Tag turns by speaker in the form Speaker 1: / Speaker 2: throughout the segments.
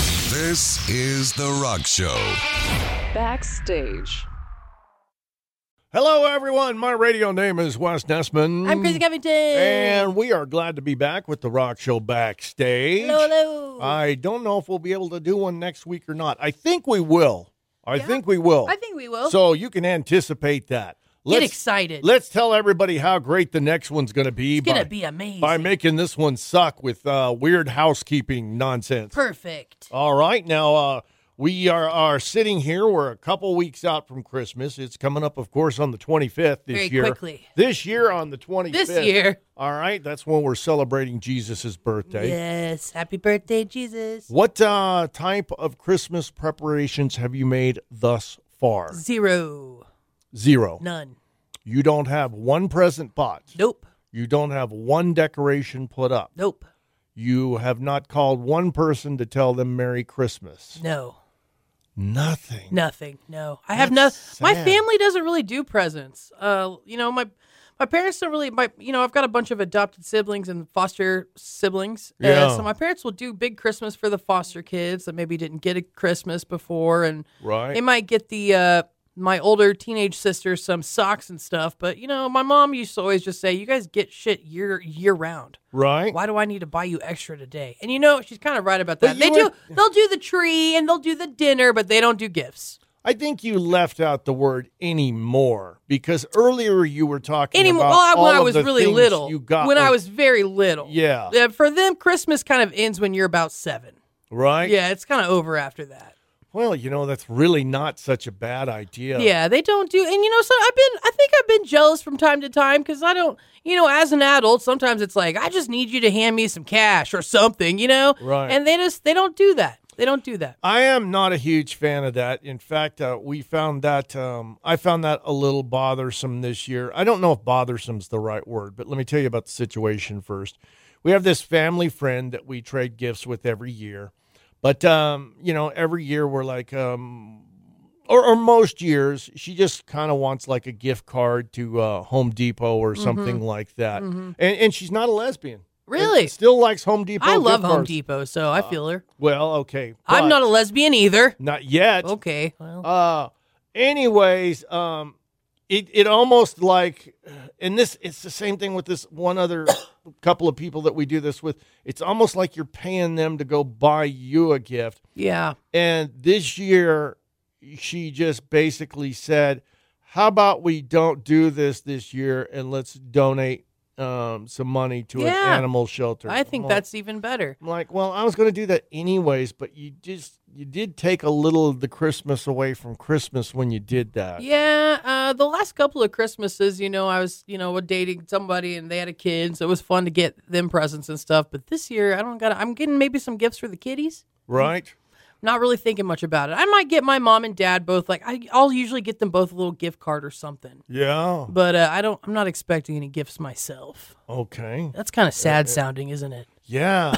Speaker 1: This is The Rock Show.
Speaker 2: Backstage.
Speaker 3: Hello, everyone. My radio name is Wes Nessman.
Speaker 4: I'm Chrissy Covington.
Speaker 3: Mm. And we are glad to be back with The Rock Show backstage.
Speaker 4: hello, hello.
Speaker 3: I don't know if we'll be able to do one next week or not. I think we will. I think we will.
Speaker 4: I think we will.
Speaker 3: So you can anticipate that.
Speaker 4: Get excited.
Speaker 3: Let's tell everybody how great the next one's going to be.
Speaker 4: it's gonna
Speaker 3: by,
Speaker 4: be amazing.
Speaker 3: by making this one suck with uh, weird housekeeping nonsense.
Speaker 4: Perfect.
Speaker 3: All right, now uh, we are are sitting here. We're a couple weeks out from Christmas. It's coming up, of course, on the 25th this
Speaker 4: Very
Speaker 3: year.
Speaker 4: quickly.
Speaker 3: This year on the 25th.
Speaker 4: This year.
Speaker 3: All right, that's when we're celebrating Jesus' birthday.
Speaker 4: Yes. Happy birthday, Jesus.
Speaker 3: What uh, type of Christmas preparations have you made thus far?
Speaker 4: Zero.
Speaker 3: Zero.
Speaker 4: None.
Speaker 3: You don't have one present bought.
Speaker 4: Nope.
Speaker 3: You don't have one decoration put up.
Speaker 4: Nope.
Speaker 3: You have not called one person to tell them Merry Christmas.
Speaker 4: No.
Speaker 3: Nothing.
Speaker 4: Nothing. No. I have no.
Speaker 3: That's
Speaker 4: My
Speaker 3: sad.
Speaker 4: family doesn't really do presents. Uh, you know my. My parents don't really, my you know, I've got a bunch of adopted siblings and foster siblings. Uh,
Speaker 3: Yeah.
Speaker 4: so my parents will do big Christmas for the foster kids that maybe didn't get a Christmas before, and
Speaker 3: Right.
Speaker 4: They might get the uh, my older teenage sister some socks and stuff, but you know, my mom used to always just say, "You guys get shit year year round.
Speaker 3: Right?
Speaker 4: Why do I need to buy you extra today?" And you know, she's kind of right about that.
Speaker 3: you
Speaker 4: They
Speaker 3: were-
Speaker 4: do. They'll do the tree and they'll do the dinner, but they don't do gifts
Speaker 3: I think you left out the word anymore because earlier you were talking
Speaker 4: anymore.
Speaker 3: about
Speaker 4: Well, I,
Speaker 3: all
Speaker 4: when I
Speaker 3: of
Speaker 4: was
Speaker 3: the
Speaker 4: really
Speaker 3: things
Speaker 4: little,
Speaker 3: You got
Speaker 4: when I
Speaker 3: with-
Speaker 4: was very little.
Speaker 3: Yeah.
Speaker 4: Uh, for them, Christmas kind of ends when you're about seven.
Speaker 3: right.
Speaker 4: Yeah, it's kind of over after that.
Speaker 3: Well, you know that's really not such a bad idea.
Speaker 4: Yeah, they don't do, and you know, so I've been, I think I've been jealous from time to time because I don't, you know, as an adult, sometimes it's like I just need you to hand me some cash or something, you know,
Speaker 3: Right.
Speaker 4: And they just, they don't do that. They don't do that.
Speaker 3: I am not a huge fan of that. In fact, uh, we found that um, I found that a little bothersome this year. I don't know if "bothersome"'s the right word, but let me tell you about the situation first. We have this family friend that we trade gifts with every year, but um, you know, every year we're like, um, or, or most years, she just kind of wants like a gift card to uh, Home Depot
Speaker 4: Mm-hmm.
Speaker 3: or something like that, and and she's not a lesbian.
Speaker 4: Really?
Speaker 3: And still likes Home Depot.
Speaker 4: I
Speaker 3: gift
Speaker 4: love Home
Speaker 3: cards.
Speaker 4: Depot, so I feel her.
Speaker 3: Well, okay,
Speaker 4: I'm
Speaker 3: but-
Speaker 4: not a lesbian either.
Speaker 3: not yet.
Speaker 4: Okay, well,
Speaker 3: Uh, anyways, um, it it almost like, and this it's the same thing with this one other couple of people that we do this with. It's almost like you're paying them to go buy you a gift.
Speaker 4: yeah,
Speaker 3: And this year, she just basically said, "How about we don't do this this year and let's donate um, some money to
Speaker 4: Yeah.
Speaker 3: an animal shelter."
Speaker 4: I think
Speaker 3: I'm like-
Speaker 4: that's even better.
Speaker 3: I'm like, well, I was going to do that anyways, but you just you did take a little of the Christmas away from Christmas when you did that.
Speaker 4: Yeah, uh, the last couple of Christmases, you know, I was, you know, dating somebody and they had a kid, so it was fun to get them presents and stuff. But this year, I don't got. to I'm getting maybe some gifts for the kiddies.
Speaker 3: Right?
Speaker 4: not really thinking much about it. I might get my mom and dad both like I, I'll usually get them both a little gift card or something.
Speaker 3: Yeah.
Speaker 4: But uh, I don't. I'm not expecting any gifts myself.
Speaker 3: Okay.
Speaker 4: That's kind of sad sounding, isn't it?
Speaker 3: Yeah.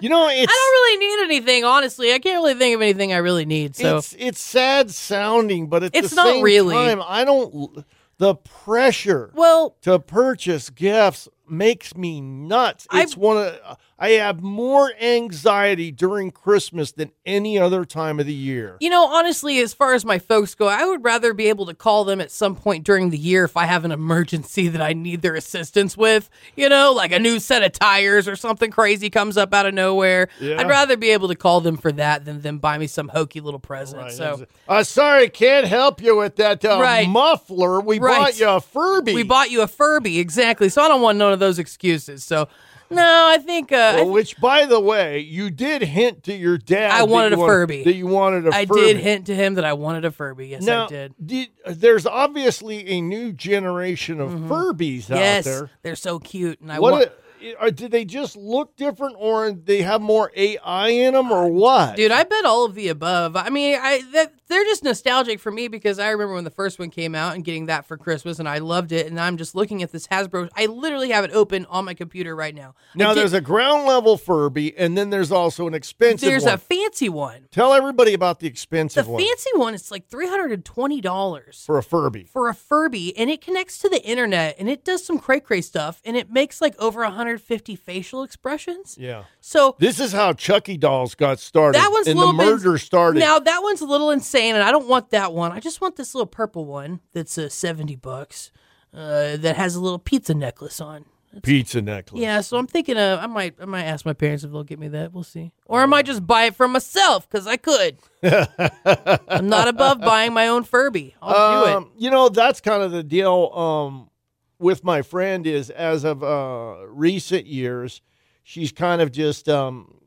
Speaker 3: you know, it's
Speaker 4: I don't really need anything, honestly. I can't really think of anything I really need. So
Speaker 3: it's it's sad sounding, but at
Speaker 4: It's
Speaker 3: the
Speaker 4: not
Speaker 3: same
Speaker 4: really.
Speaker 3: time, I don't the pressure
Speaker 4: well,
Speaker 3: to purchase gifts makes me nuts.
Speaker 4: I-
Speaker 3: It's one of I have more anxiety during Christmas than any other time of the year.
Speaker 4: you know, honestly, as far as my folks go, I would rather be able to call them at some point during the year if I have an emergency that I need their assistance with. You know, like a new set of tires or something crazy comes up out of nowhere.
Speaker 3: Yeah.
Speaker 4: I'd rather be able to call them for that than them buy me some hokey little present.
Speaker 3: Right,
Speaker 4: so.
Speaker 3: that's- uh, sorry, can't help you with that uh,
Speaker 4: Right.
Speaker 3: muffler. We
Speaker 4: Right.
Speaker 3: bought you a Furby.
Speaker 4: We bought you a Furby, exactly. So I don't want none of those excuses. So, no, I think uh, I,
Speaker 3: Well, which, by the way, you did hint to your dad.
Speaker 4: I
Speaker 3: that
Speaker 4: wanted
Speaker 3: you
Speaker 4: a
Speaker 3: wanted-
Speaker 4: Furby.
Speaker 3: That you wanted a
Speaker 4: I
Speaker 3: Furby.
Speaker 4: did hint to him that I wanted a Furby. Yes,
Speaker 3: Now, uh,
Speaker 4: I did.
Speaker 3: there's obviously a new generation of Furbies
Speaker 4: Mm-hmm. Yes,
Speaker 3: out there.
Speaker 4: they're so cute, and I
Speaker 3: What?
Speaker 4: want.
Speaker 3: i- are, did they just look different,
Speaker 4: Uh,
Speaker 3: or they have more AI in them, or what?
Speaker 4: Dude, I bet all of the above. I mean, I that they're just nostalgic for me because I remember when the first one came out and getting that for Christmas, and I loved it. And I'm just looking at this Hasbro. I literally have it open on my computer right now. I
Speaker 3: Now
Speaker 4: did-
Speaker 3: there's a ground level Furby, and then there's also an expensive
Speaker 4: there's
Speaker 3: one.
Speaker 4: a fancy one.
Speaker 3: Tell everybody about the
Speaker 4: The
Speaker 3: expensive one
Speaker 4: fancy one is like three hundred and twenty dollars.
Speaker 3: for a Furby.
Speaker 4: for a Furby and it connects to the internet and it does some cray cray stuff and it makes like over 150 facial expressions.
Speaker 3: Yeah.
Speaker 4: So
Speaker 3: This is how Chucky dolls got started.
Speaker 4: that one's
Speaker 3: and
Speaker 4: a little
Speaker 3: the murder
Speaker 4: bit,
Speaker 3: started.
Speaker 4: Now that one's a little insane and I don't want that one. I just want this little purple one that's uh, 70 bucks uh, that has a little pizza necklace on.
Speaker 3: Pizza necklace.
Speaker 4: Yeah, so I'm thinking uh, I might I might ask my parents if they'll get me that. We'll see. Or I might just buy it for myself cuz I could. I'm not above buying my own Furby. I'll do it.
Speaker 3: Um, you know, that's kind of the deal um, with my friend is as of uh, recent years, she's kind of just um,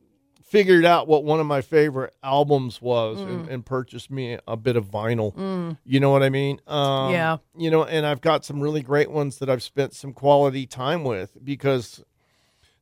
Speaker 3: figured out what one of my favorite albums was and,
Speaker 4: Mm.
Speaker 3: and purchased me a bit of vinyl. You know what I mean? Um,
Speaker 4: Yeah.
Speaker 3: You know, and I've got some really great ones that I've spent some quality time with because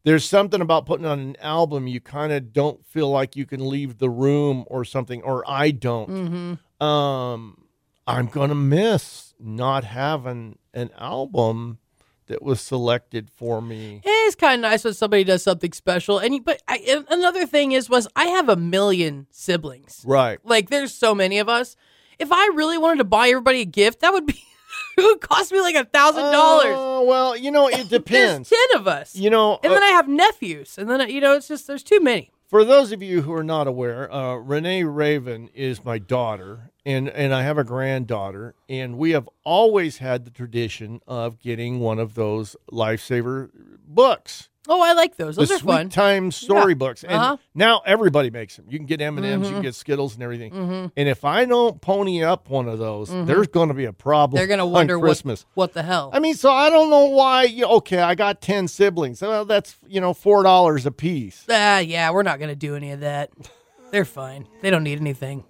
Speaker 3: there's something about putting on an album you kind of don't feel like you can leave the room or something, or I don't um, I'm gonna miss not having an album that was selected for me.
Speaker 4: It is kind of nice when somebody does something special. And you- but I, and another thing is, was I have a million siblings.
Speaker 3: Right.
Speaker 4: Like there's so many of us. If I really wanted to buy everybody a gift, that would be it would cost me like a thousand dollars.
Speaker 3: Oh, well, you know, it
Speaker 4: There's
Speaker 3: depends.
Speaker 4: ten of us.
Speaker 3: You know,
Speaker 4: and
Speaker 3: uh,
Speaker 4: then I have nephews, and then you know it's just there's too many.
Speaker 3: for those of you who are not aware, uh, Renee Raven is my daughter, and, and I have a granddaughter, and we have always had the tradition of getting one of those lifesaver books.
Speaker 4: Oh, I like those. Those
Speaker 3: the
Speaker 4: are
Speaker 3: sweet
Speaker 4: fun.
Speaker 3: time storybooks, and
Speaker 4: Uh-huh. Mm-hmm.
Speaker 3: now everybody makes them. You can get M and M's, you can get Skittles, and everything. And if I don't pony up one of those, there's going to be a problem.
Speaker 4: Mm-hmm. They're gonna
Speaker 3: on
Speaker 4: wonder what,
Speaker 3: Christmas.
Speaker 4: what the hell.
Speaker 3: I mean, so I don't know why. You, okay, I got ten siblings. Well, that's you know four dollars a piece.
Speaker 4: Ah, yeah, we're not gonna do any of that. They're fine. They don't need anything.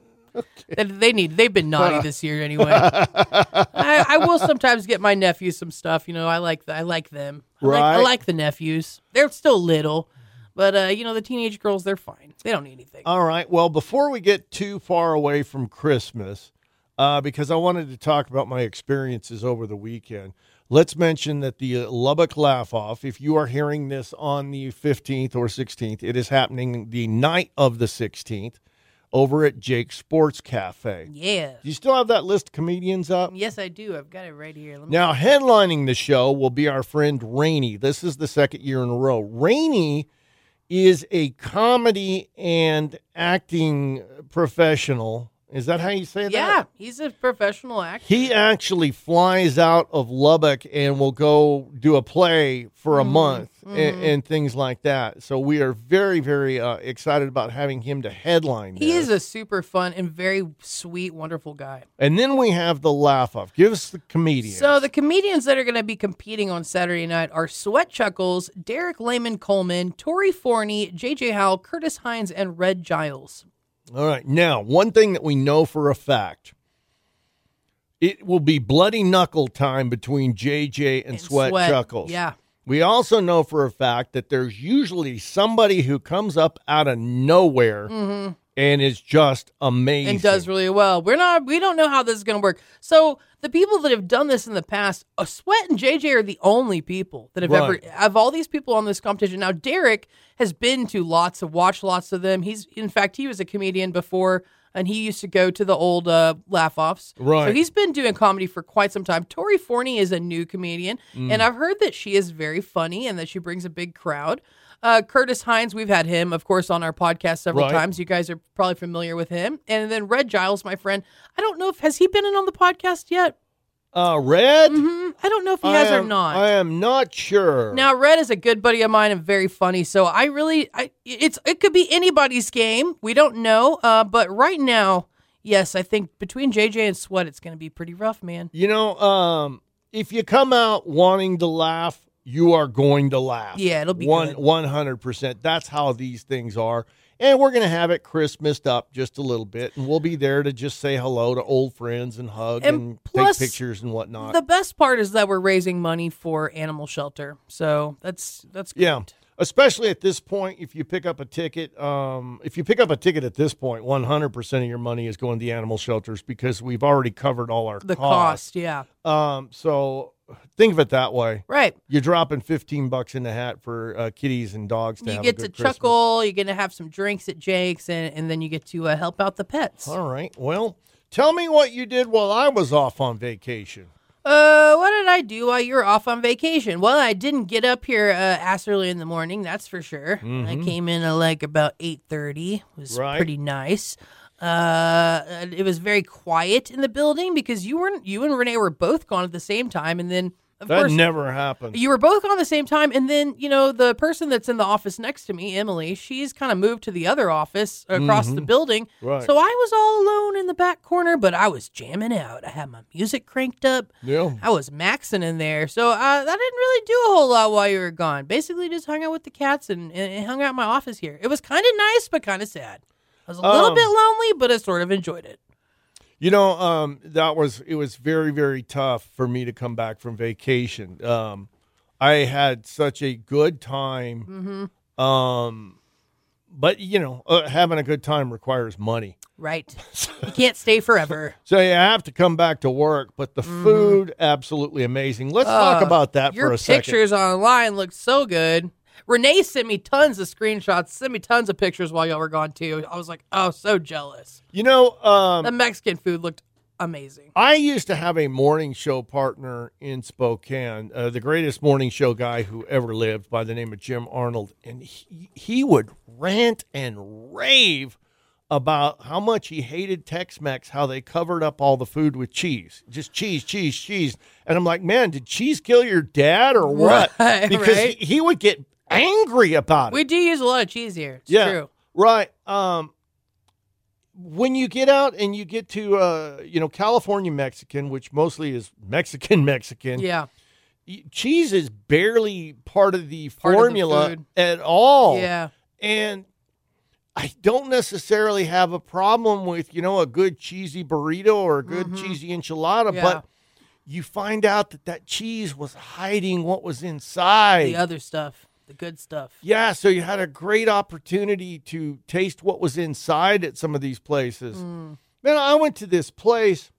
Speaker 4: They, they need. They've been
Speaker 3: uh,
Speaker 4: naughty this year anyway. I, I will sometimes get my nephews some stuff. You know, I like I like them. I, like, I
Speaker 3: Right.
Speaker 4: like the nephews. They're still little, but uh, you know the teenage girls. They're fine. They don't need anything.
Speaker 3: All right. Well, before we get too far away from Christmas, uh, because I wanted to talk about my experiences over the weekend, let's mention that the uh, Lubbock Laugh Off, if you are hearing this on the 15th or 16th, it is happening the night of the 16th over at Jake's Sports Cafe.
Speaker 4: yeah.
Speaker 3: Do you still have that list of comedians up?
Speaker 4: Yes, I do. I've got it right here. Let me,
Speaker 3: Now, headlining the show will be our friend Rainey. This is the second year in a row. Rainey is a comedy and acting professional. Is that how you say that?
Speaker 4: yeah, he's a professional actor.
Speaker 3: He actually flies out of Lubbock and will go do a play for a
Speaker 4: Mm-hmm.
Speaker 3: month a- and, things like that. So we are very, very uh, excited about having him to headline.
Speaker 4: He
Speaker 3: this.
Speaker 4: is a super fun and very sweet, wonderful guy.
Speaker 3: and then we have the laugh off. Give us the comedian.
Speaker 4: So the comedians that are going to be competing on Saturday night are Sweat Chuckles, Derek Lehman Coleman, Tori Forney, JJ Howell, Curtis Hines, and Red Giles.
Speaker 3: All right. Now, one thing that we know for a fact it will be bloody knuckle time between JJ and,
Speaker 4: And
Speaker 3: Sweat, Chuckles.
Speaker 4: Yeah.
Speaker 3: We also know for a fact that there's usually somebody who comes up out of nowhere and is just amazing.
Speaker 4: Mm-hmm. And does really well. We're not. We don't know how this is going to work. So the people that have done this in the past, uh, Sweat and JJ are the only people that have
Speaker 3: Right.
Speaker 4: ever of all these people on this competition. Now Derek has been to lots of, watched lots of them. He's in fact he was a comedian before, and he used to go to the old uh, laugh offs. So
Speaker 3: Right.
Speaker 4: he's been doing comedy for quite some time. Tori Forney is a new comedian,
Speaker 3: Mm.
Speaker 4: and I've heard that she is very funny and that she brings a big crowd. Uh, Curtis Hines, we've had him, of course, on our podcast several
Speaker 3: Right.
Speaker 4: times. You guys are probably familiar with him. And then Red Giles, my friend. I don't know if has he been in on the podcast yet.
Speaker 3: uh, Red?
Speaker 4: Hmm, I don't know if he
Speaker 3: I
Speaker 4: has or
Speaker 3: am-
Speaker 4: not.
Speaker 3: I am not sure.
Speaker 4: Now, Red is a good buddy of mine and very funny. So I really, I it's it could be anybody's game. We don't know. Uh, but right now, yes, I think between JJ and Sweat, it's going to be pretty rough, man.
Speaker 3: you know, um, if you come out wanting to laugh, you are going to laugh.
Speaker 4: Yeah, it'll be
Speaker 3: one
Speaker 4: good.
Speaker 3: one hundred percent. That's how these things are, and we're gonna have it Christmased up just a little bit, and we'll be there to just say hello to old friends and hug
Speaker 4: And
Speaker 3: and,
Speaker 4: plus,
Speaker 3: take pictures and whatnot.
Speaker 4: The best part is that we're raising money for animal shelter. So that's that's great.
Speaker 3: yeah. especially at this point if you pick up a ticket um, if you pick up a ticket at this point 100% of your money is going to the animal shelters because we've already covered all our
Speaker 4: The
Speaker 3: costs
Speaker 4: cost, yeah.
Speaker 3: um, so think of it that way
Speaker 4: Right.
Speaker 3: you're dropping 15 bucks in the hat for uh, kitties and dogs to
Speaker 4: You
Speaker 3: have
Speaker 4: get
Speaker 3: a
Speaker 4: to
Speaker 3: good Christmas.
Speaker 4: chuckle, you're going to have some drinks at Jake's, and, and then you get to uh, help out the pets.
Speaker 3: all right well tell me what you did while i was off on vacation
Speaker 4: Uh, what did I do while you were off on vacation? Well, I didn't get up here uh, ass early in the morning, that's for sure. I came in at like about eight thirty. Was
Speaker 3: Mm-hmm. Right.
Speaker 4: pretty nice. Uh, it was very quiet in the building because you weren't. You and Renee were both gone at the same time, and then of
Speaker 3: that
Speaker 4: course
Speaker 3: never happened
Speaker 4: you were both gone at the same time. And then you know the person that's in the office next to me, Emily, she's kind of moved to the other office across the building.
Speaker 3: Mm-hmm. Right.
Speaker 4: So I was all alone in the back corner, but I was jamming out. I had my music cranked up.
Speaker 3: yeah
Speaker 4: I was maxing in there, so uh, I didn't really do a whole lot while you were gone. Basically, just hung out with the cats and, and, and hung out in my office here. It was kind of nice, but kind of sad. I was a little
Speaker 3: Um,
Speaker 4: bit lonely, but I sort of enjoyed it.
Speaker 3: You know, um, that was it was very very tough for me to come back from vacation. Um, I had such a good time,
Speaker 4: Mm-hmm.
Speaker 3: um, but you know, uh, having a good time requires money,
Speaker 4: Right? you can't stay forever.
Speaker 3: so you have to come back to work. But the food, absolutely amazing. Let's talk
Speaker 4: Uh,
Speaker 3: about that
Speaker 4: Mm-hmm. Your
Speaker 3: for a second.
Speaker 4: pictures online looked so good. Renee sent me tons of screenshots, sent me tons of pictures while y'all were gone too. I was like, oh, so jealous.
Speaker 3: You know, um,
Speaker 4: The Mexican food looked amazing.
Speaker 3: I used to have a morning show partner in Spokane, uh, the greatest morning show guy who ever lived by the name of Jim Arnold. And he, he would rant and rave about how much he hated Tex Mex, how they covered up all the food with cheese. Just cheese, cheese, cheese. And I'm like, man, did cheese kill your dad or what?
Speaker 4: Right,
Speaker 3: because
Speaker 4: right.
Speaker 3: He, he would get angry about it.
Speaker 4: We do use a lot of cheese here. It's
Speaker 3: Yeah.
Speaker 4: true.
Speaker 3: Right. Um, when you get out and you get to uh, you know California Mexican, which mostly is Mexican Mexican,
Speaker 4: Yeah.
Speaker 3: y- cheese is barely part of the
Speaker 4: Part of the
Speaker 3: formula
Speaker 4: food.
Speaker 3: at all.
Speaker 4: Yeah.
Speaker 3: And I don't necessarily have a problem with you know a good cheesy burrito or a good cheesy enchilada,
Speaker 4: Mm-hmm. Yeah.
Speaker 3: but you find out that that cheese was hiding what was inside.
Speaker 4: The other stuff, the good stuff.
Speaker 3: Yeah, so you had a great opportunity to taste what was inside at some of these places. Man, I went to this place.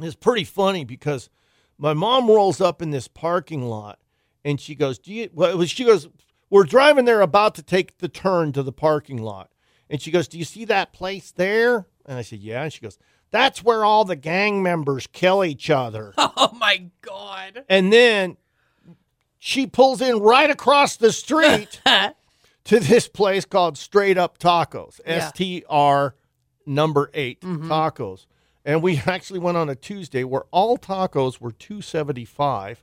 Speaker 3: It's pretty funny because my mom rolls up in this parking lot and she goes, "Do you?" Well, it was- she goes, "We're driving there, about to take the turn to the parking lot," and she goes, "Do you see that place there?" And I said, "Yeah." And she goes, "That's where all the gang members kill each other."
Speaker 4: Oh my god.
Speaker 3: and then she pulls in right across the street to this place called Straight Up Tacos,
Speaker 4: Yeah. Mm-hmm.
Speaker 3: S T R number 8 tacos. And we actually went on a Tuesday where all tacos were 275,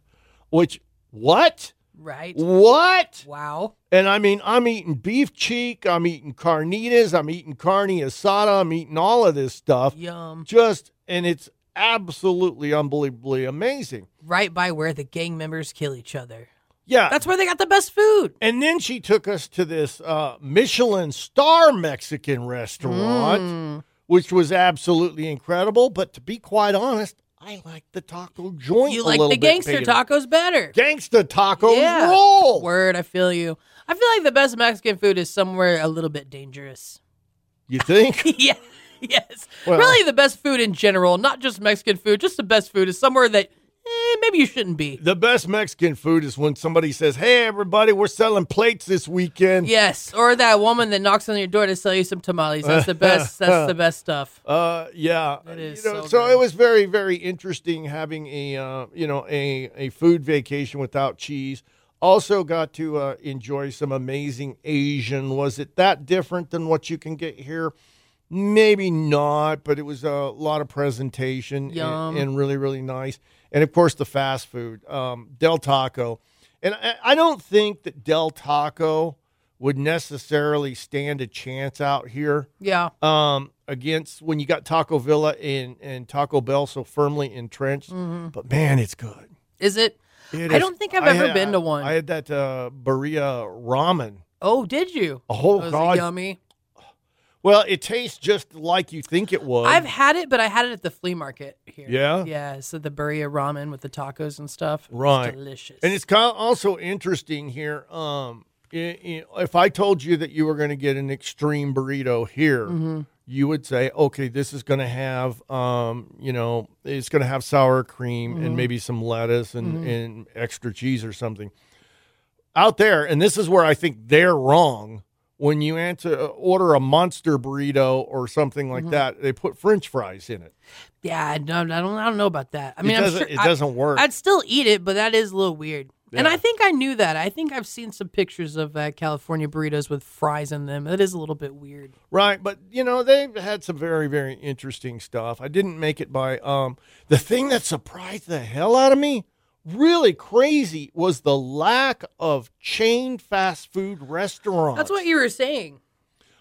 Speaker 3: which what?
Speaker 4: right.
Speaker 3: What?
Speaker 4: Wow.
Speaker 3: And I mean, I'm eating beef cheek, I'm eating carnitas, I'm eating carne asada, I'm eating all of this stuff.
Speaker 4: Yum.
Speaker 3: Just and it's absolutely unbelievably amazing.
Speaker 4: Right by where the gang members kill each other.
Speaker 3: Yeah.
Speaker 4: That's where they got the best food.
Speaker 3: And then she took us to this uh, Michelin star Mexican restaurant,
Speaker 4: Mm.
Speaker 3: which was absolutely incredible. But to be quite honest, I like the taco joint.
Speaker 4: You
Speaker 3: a
Speaker 4: like
Speaker 3: little
Speaker 4: the
Speaker 3: bit
Speaker 4: gangster
Speaker 3: better.
Speaker 4: tacos better.
Speaker 3: Gangsta tacos
Speaker 4: Yeah.
Speaker 3: roll.
Speaker 4: Word, I feel you. I feel like the best Mexican food is somewhere a little bit dangerous.
Speaker 3: You think?
Speaker 4: yeah. Yes.
Speaker 3: Well-
Speaker 4: really the best food in general, not just Mexican food, just the best food is somewhere that eh, maybe you shouldn't be.
Speaker 3: the best Mexican food is when somebody says, "Hey, everybody, we're selling plates this weekend."
Speaker 4: Yes, or that woman that knocks on your door to sell you some tamales. That's the best. That's the best stuff.
Speaker 3: Uh, yeah.
Speaker 4: That is
Speaker 3: you know,
Speaker 4: so
Speaker 3: it
Speaker 4: good.
Speaker 3: was very, very interesting having a uh, you know a a food vacation without cheese. Also got to uh, enjoy some amazing Asian. Was it that different than what you can get here? Maybe not, but it was a lot of presentation
Speaker 4: Yum.
Speaker 3: and, and really, really nice. And of course, the fast food, um, Del Taco. And I, I don't think that Del Taco would necessarily stand a chance out here
Speaker 4: Yeah.
Speaker 3: um, against when you got Taco Villa and, and Taco Bell so firmly entrenched. But man, it's good.
Speaker 4: Is it?
Speaker 3: It
Speaker 4: Mm-hmm. I
Speaker 3: is-
Speaker 4: don't think I've ever
Speaker 3: had-
Speaker 4: been to one.
Speaker 3: I had that uh, Berea ramen.
Speaker 4: Oh, did you?
Speaker 3: Oh,
Speaker 4: was it
Speaker 3: God.
Speaker 4: yummy.
Speaker 3: Well, it tastes just like you think it would.
Speaker 4: I've had it, but I had it at the flea market here.
Speaker 3: Yeah?
Speaker 4: Yeah. So the Berea ramen with the tacos and stuff. It's
Speaker 3: Right.
Speaker 4: delicious.
Speaker 3: and it's kind of also interesting here. Um, i- i- if I told you that you were going to get an extreme burrito here,
Speaker 4: Mm-hmm.
Speaker 3: you would say, okay, this is going to have, um, you know, it's going to have sour cream
Speaker 4: Mm-hmm.
Speaker 3: and maybe some lettuce and, and extra cheese or something. Out there, and this is where I think they're wrong. When you answer, order a monster burrito or something like
Speaker 4: Mm-hmm.
Speaker 3: that, they put French fries in it.
Speaker 4: Yeah, I don't, I don't, I don't know about that. I mean,
Speaker 3: it
Speaker 4: I'm
Speaker 3: doesn't,
Speaker 4: sure
Speaker 3: it
Speaker 4: I-
Speaker 3: doesn't work.
Speaker 4: I'd still eat it, but that is a little weird. And
Speaker 3: Yeah.
Speaker 4: I think I knew that. I think I've seen some pictures of uh, California burritos with fries in them. That is a little bit weird.
Speaker 3: Right, but you know they've had some very very interesting stuff. I didn't make it by um the thing that surprised the hell out of me, really crazy was the lack of chain fast food restaurants.
Speaker 4: That's what you were saying.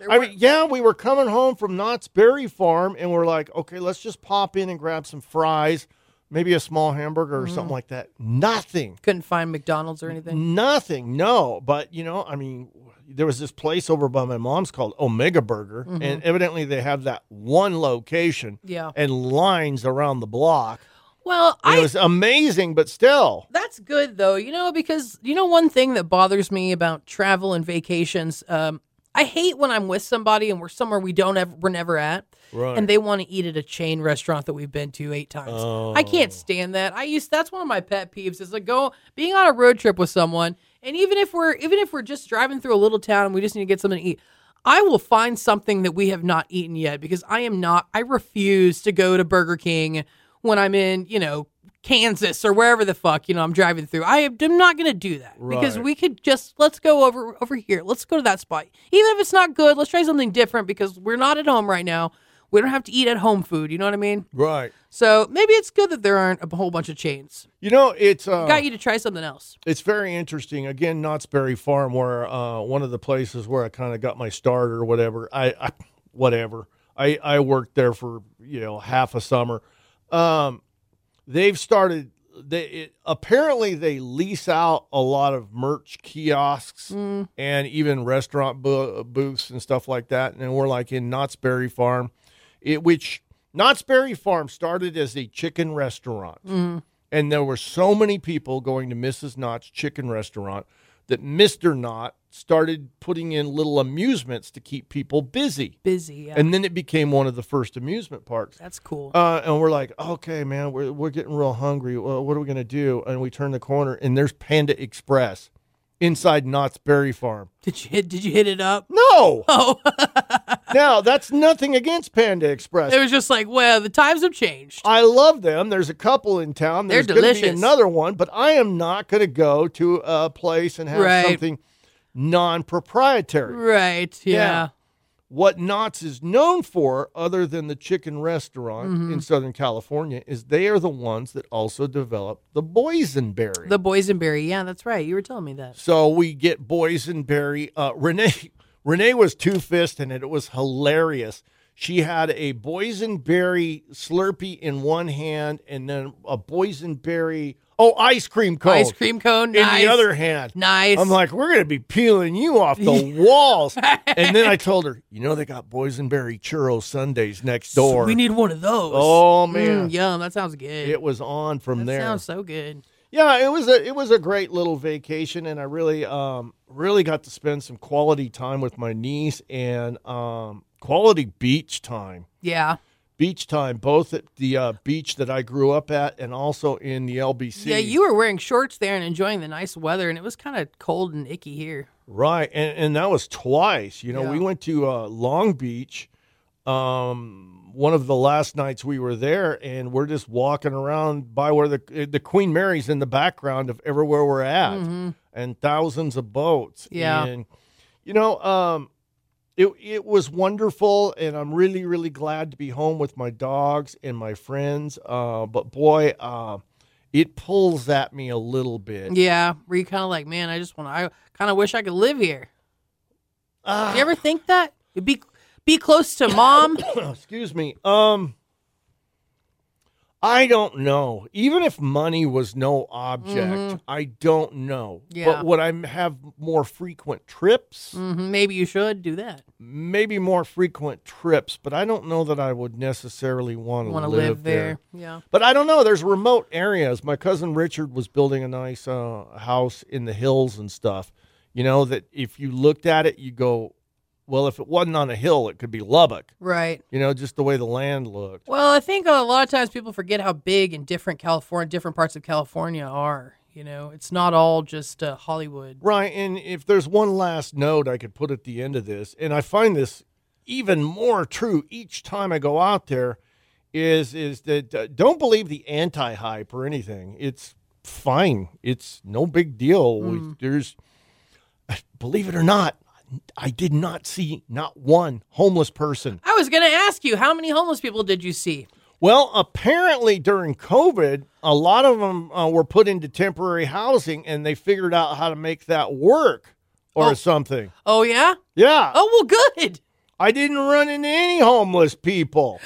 Speaker 4: There
Speaker 3: I
Speaker 4: were-
Speaker 3: mean, yeah, we were coming home from Knott's Berry Farm and we're like, okay, let's just pop in and grab some fries, maybe a small hamburger or
Speaker 4: Mm.
Speaker 3: something like that. Nothing.
Speaker 4: couldn't find McDonald's or anything.
Speaker 3: Nothing, no. But you know, I mean, there was this place over by my mom's called Omega Burger,
Speaker 4: Mm-hmm.
Speaker 3: and evidently they have that one location.
Speaker 4: Yeah.
Speaker 3: And lines around the block.
Speaker 4: Well,
Speaker 3: And
Speaker 4: I
Speaker 3: it was amazing, but still.
Speaker 4: that's good though, you know, because you know one thing that bothers me about travel and vacations. Um, I hate when I'm with somebody and we're somewhere we don't ever we're never at,
Speaker 3: Right.
Speaker 4: and they want to eat at a chain restaurant that we've been to eight times. I can't stand that. I used that's one of my pet peeves is like go being on a road trip with someone, and even if we're even if we're just driving through a little town and we just need to get something to eat. I will find something that we have not eaten yet because I am not I refuse to go to Burger King when I'm in, you know, Kansas or wherever the fuck, you know, I'm driving through. I am I'm not going to do that because
Speaker 3: Right.
Speaker 4: we could just let's go over over here. Let's go to that spot. Even if it's not good, let's try something different because we're not at home right now. We don't have to eat at home food, you know what I mean?
Speaker 3: Right.
Speaker 4: So maybe it's good that there aren't a whole bunch of chains.
Speaker 3: You know, it's uh,
Speaker 4: Got you to try something else.
Speaker 3: it's very interesting. Again, Knott's Berry Farm, where uh, one of the places where I kind of got my start or whatever. I, I whatever. I, I worked there for you know half a summer. Um, they've started. They it, apparently they lease out a lot of merch kiosks and even restaurant bo- booths and stuff like that. And we're like in Knott's Berry Farm, it, which Knott's Berry Farm started as a chicken restaurant and there were so many people going to Mrs. Knott's chicken restaurant that Mr. Knott started putting in little amusements to keep people busy.
Speaker 4: Busy. Yeah.
Speaker 3: And then it became one of the first amusement parks.
Speaker 4: That's cool.
Speaker 3: Uh, and we're like, okay, man, we're, we're getting real hungry. Well, what are we going to do? And we turn the corner, and there's Panda Express inside Knott's Berry Farm.
Speaker 4: did you hit did you hit it up?
Speaker 3: No!
Speaker 4: Oh,
Speaker 3: now, that's nothing against Panda Express.
Speaker 4: it was just like, well, the times have changed.
Speaker 3: I love them. There's a couple in town.
Speaker 4: They're
Speaker 3: There's gonna Be
Speaker 4: delicious.
Speaker 3: another one, but I am not going to go to a place and have
Speaker 4: Right.
Speaker 3: something non-proprietary.
Speaker 4: Right.
Speaker 3: Yeah.
Speaker 4: Yeah.
Speaker 3: What Knott's is known for, other than the chicken restaurant
Speaker 4: Mm-hmm.
Speaker 3: in Southern California, is they are the ones that also develop the boysenberry.
Speaker 4: The boysenberry. Yeah, that's right. You were telling me that.
Speaker 3: So we get boysenberry. Uh, Renee, Renee was two fisted and it was hilarious. She had a boysenberry Slurpee in one hand and then a boysenberry oh ice cream cone
Speaker 4: Ice cream cone.
Speaker 3: in
Speaker 4: nice.
Speaker 3: the other hand.
Speaker 4: Nice.
Speaker 3: I'm like, we're gonna be peeling you off the walls. and then I told her, you know, they got boysenberry churro Sundays next door.
Speaker 4: We need one of those.
Speaker 3: oh
Speaker 4: Mm,
Speaker 3: man,
Speaker 4: yum. That sounds good.
Speaker 3: it was on from
Speaker 4: that
Speaker 3: there.
Speaker 4: sounds so good.
Speaker 3: Yeah, it was a it was a great little vacation, and I really um really got to spend some quality time with my niece and um quality beach time,
Speaker 4: Yeah.
Speaker 3: beach time, both at the uh, beach that I grew up at, and also in the LBC.
Speaker 4: Yeah, you were wearing shorts there and enjoying the nice weather, and it was kind of cold and icky here.
Speaker 3: right, and and that was twice. You know,
Speaker 4: Yeah.
Speaker 3: we went to uh, Long Beach, um one of the last nights we were there, and we're just walking around by where the the Queen Mary's in the background of everywhere we're at.
Speaker 4: Mm-hmm.
Speaker 3: and thousands of boats.
Speaker 4: Yeah.
Speaker 3: And you know, um it it was wonderful and I'm really really glad to be home with my dogs and my friends. Uh but boy, uh it pulls at me a little bit.
Speaker 4: Yeah, were you kind of like, man, I just want to, I kind of wish I could live here.
Speaker 3: Ah,
Speaker 4: Do you ever think that? It'd be be close to mom.
Speaker 3: excuse me. Um I don't know. Even if money was no object, I don't know.
Speaker 4: Mm-hmm. Yeah.
Speaker 3: But would I have more frequent trips?
Speaker 4: hmm maybe you should do that.
Speaker 3: maybe more frequent trips, but I don't know that I would necessarily want to
Speaker 4: Want to
Speaker 3: live,
Speaker 4: live
Speaker 3: there.
Speaker 4: there. Yeah.
Speaker 3: But I don't know. There's remote areas. My cousin Richard was building a nice uh, house in the hills and stuff. You You know, that if you looked at it, you go, well, if it wasn't on a hill, it could be Lubbock.
Speaker 4: Right.
Speaker 3: You know, just the way the land looked.
Speaker 4: Well, I think a lot of times people forget how big and different California, different parts of California are. You know, it's not all just uh, Hollywood.
Speaker 3: Right. And if there's one last note I could put at the end of this, and I find this even more true each time I go out there, is is that uh, don't believe the anti hype or anything. It's fine. It's no big deal. We- There's, believe it or not, I did not see not one homeless person.
Speaker 4: I was going to ask you, how many homeless people did you see?
Speaker 3: Well, apparently during COVID, a lot of them uh, were put into temporary housing, and they figured out how to make that work or
Speaker 4: Oh.
Speaker 3: something.
Speaker 4: Oh, yeah?
Speaker 3: Yeah.
Speaker 4: Oh, well, good.
Speaker 3: I didn't run into any homeless people.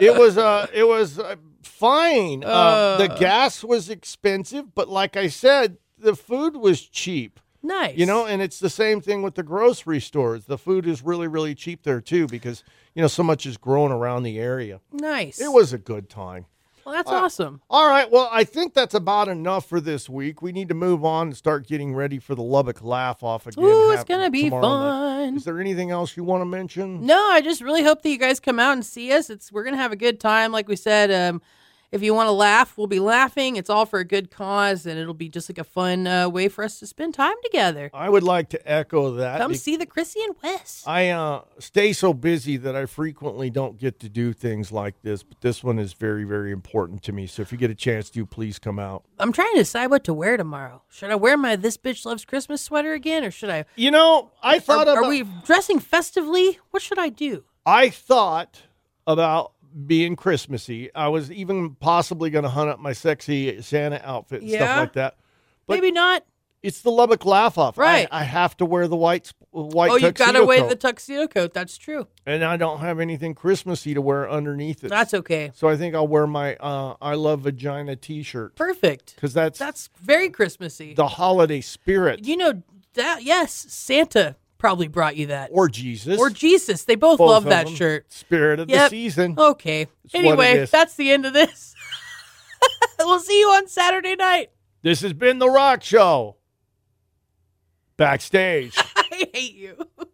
Speaker 3: it was uh it was uh, fine. Uh, the gas was expensive, but like I said, the food was cheap.
Speaker 4: Nice.
Speaker 3: You know, and it's the same thing with the grocery stores. The food is really really cheap there too because you know so much is grown around the area.
Speaker 4: nice.
Speaker 3: It was a good time.
Speaker 4: Well, that's awesome.
Speaker 3: All right, well, I think that's about enough for this week. We need to move on and start getting ready for the Lubbock Laugh Off again.
Speaker 4: Ooh, it's
Speaker 3: happening
Speaker 4: gonna be
Speaker 3: tomorrow night.
Speaker 4: fun.
Speaker 3: Is there anything else you want to mention?
Speaker 4: No, I just really hope that you guys come out and see us. It's we're gonna have a good time, like we said. Um, if you want to laugh, we'll be laughing. It's all for a good cause, and it'll be just like a fun uh, way for us to spend time together.
Speaker 3: I would like to echo that.
Speaker 4: Come
Speaker 3: be-
Speaker 4: see the Chrissy and Wes.
Speaker 3: I uh, stay so busy that I frequently don't get to do things like this, but this one is very, very important to me. So if you get a chance to, please come out.
Speaker 4: I'm trying to decide what to wear tomorrow. Should I wear my "This Bitch Loves Christmas" sweater again, or should I?
Speaker 3: You know, I thought
Speaker 4: Are,
Speaker 3: about,
Speaker 4: are we dressing festively? What should I do?
Speaker 3: I thought about being Christmassy. I was even possibly going to hunt up my sexy Santa outfit and stuff
Speaker 4: Yeah?
Speaker 3: like that. But
Speaker 4: Maybe not.
Speaker 3: it's the Lubbock laugh off. I-
Speaker 4: Right.
Speaker 3: I, have to wear the white sp- white.
Speaker 4: Oh, you gotta
Speaker 3: tuxedo
Speaker 4: wear
Speaker 3: coat,
Speaker 4: the tuxedo coat. That's true.
Speaker 3: and I don't have anything Christmassy to wear underneath it.
Speaker 4: That's okay.
Speaker 3: so I think I'll wear my uh, I love vagina T-shirt
Speaker 4: Perfect.
Speaker 3: because that's
Speaker 4: That's very Christmassy.
Speaker 3: the holiday spirit
Speaker 4: You know that? Yes, Santa probably brought you that,
Speaker 3: or Jesus
Speaker 4: or Jesus. They both,
Speaker 3: both
Speaker 4: love
Speaker 3: of
Speaker 4: that
Speaker 3: them.
Speaker 4: shirt.
Speaker 3: Spirit of the
Speaker 4: Yep. Oh.
Speaker 3: season.
Speaker 4: Okay.
Speaker 3: what it
Speaker 4: anyway,
Speaker 3: is.
Speaker 4: that's the end of this. we'll see you on Saturday night.
Speaker 3: This has been the Rock Show. Backstage.
Speaker 4: I hate you.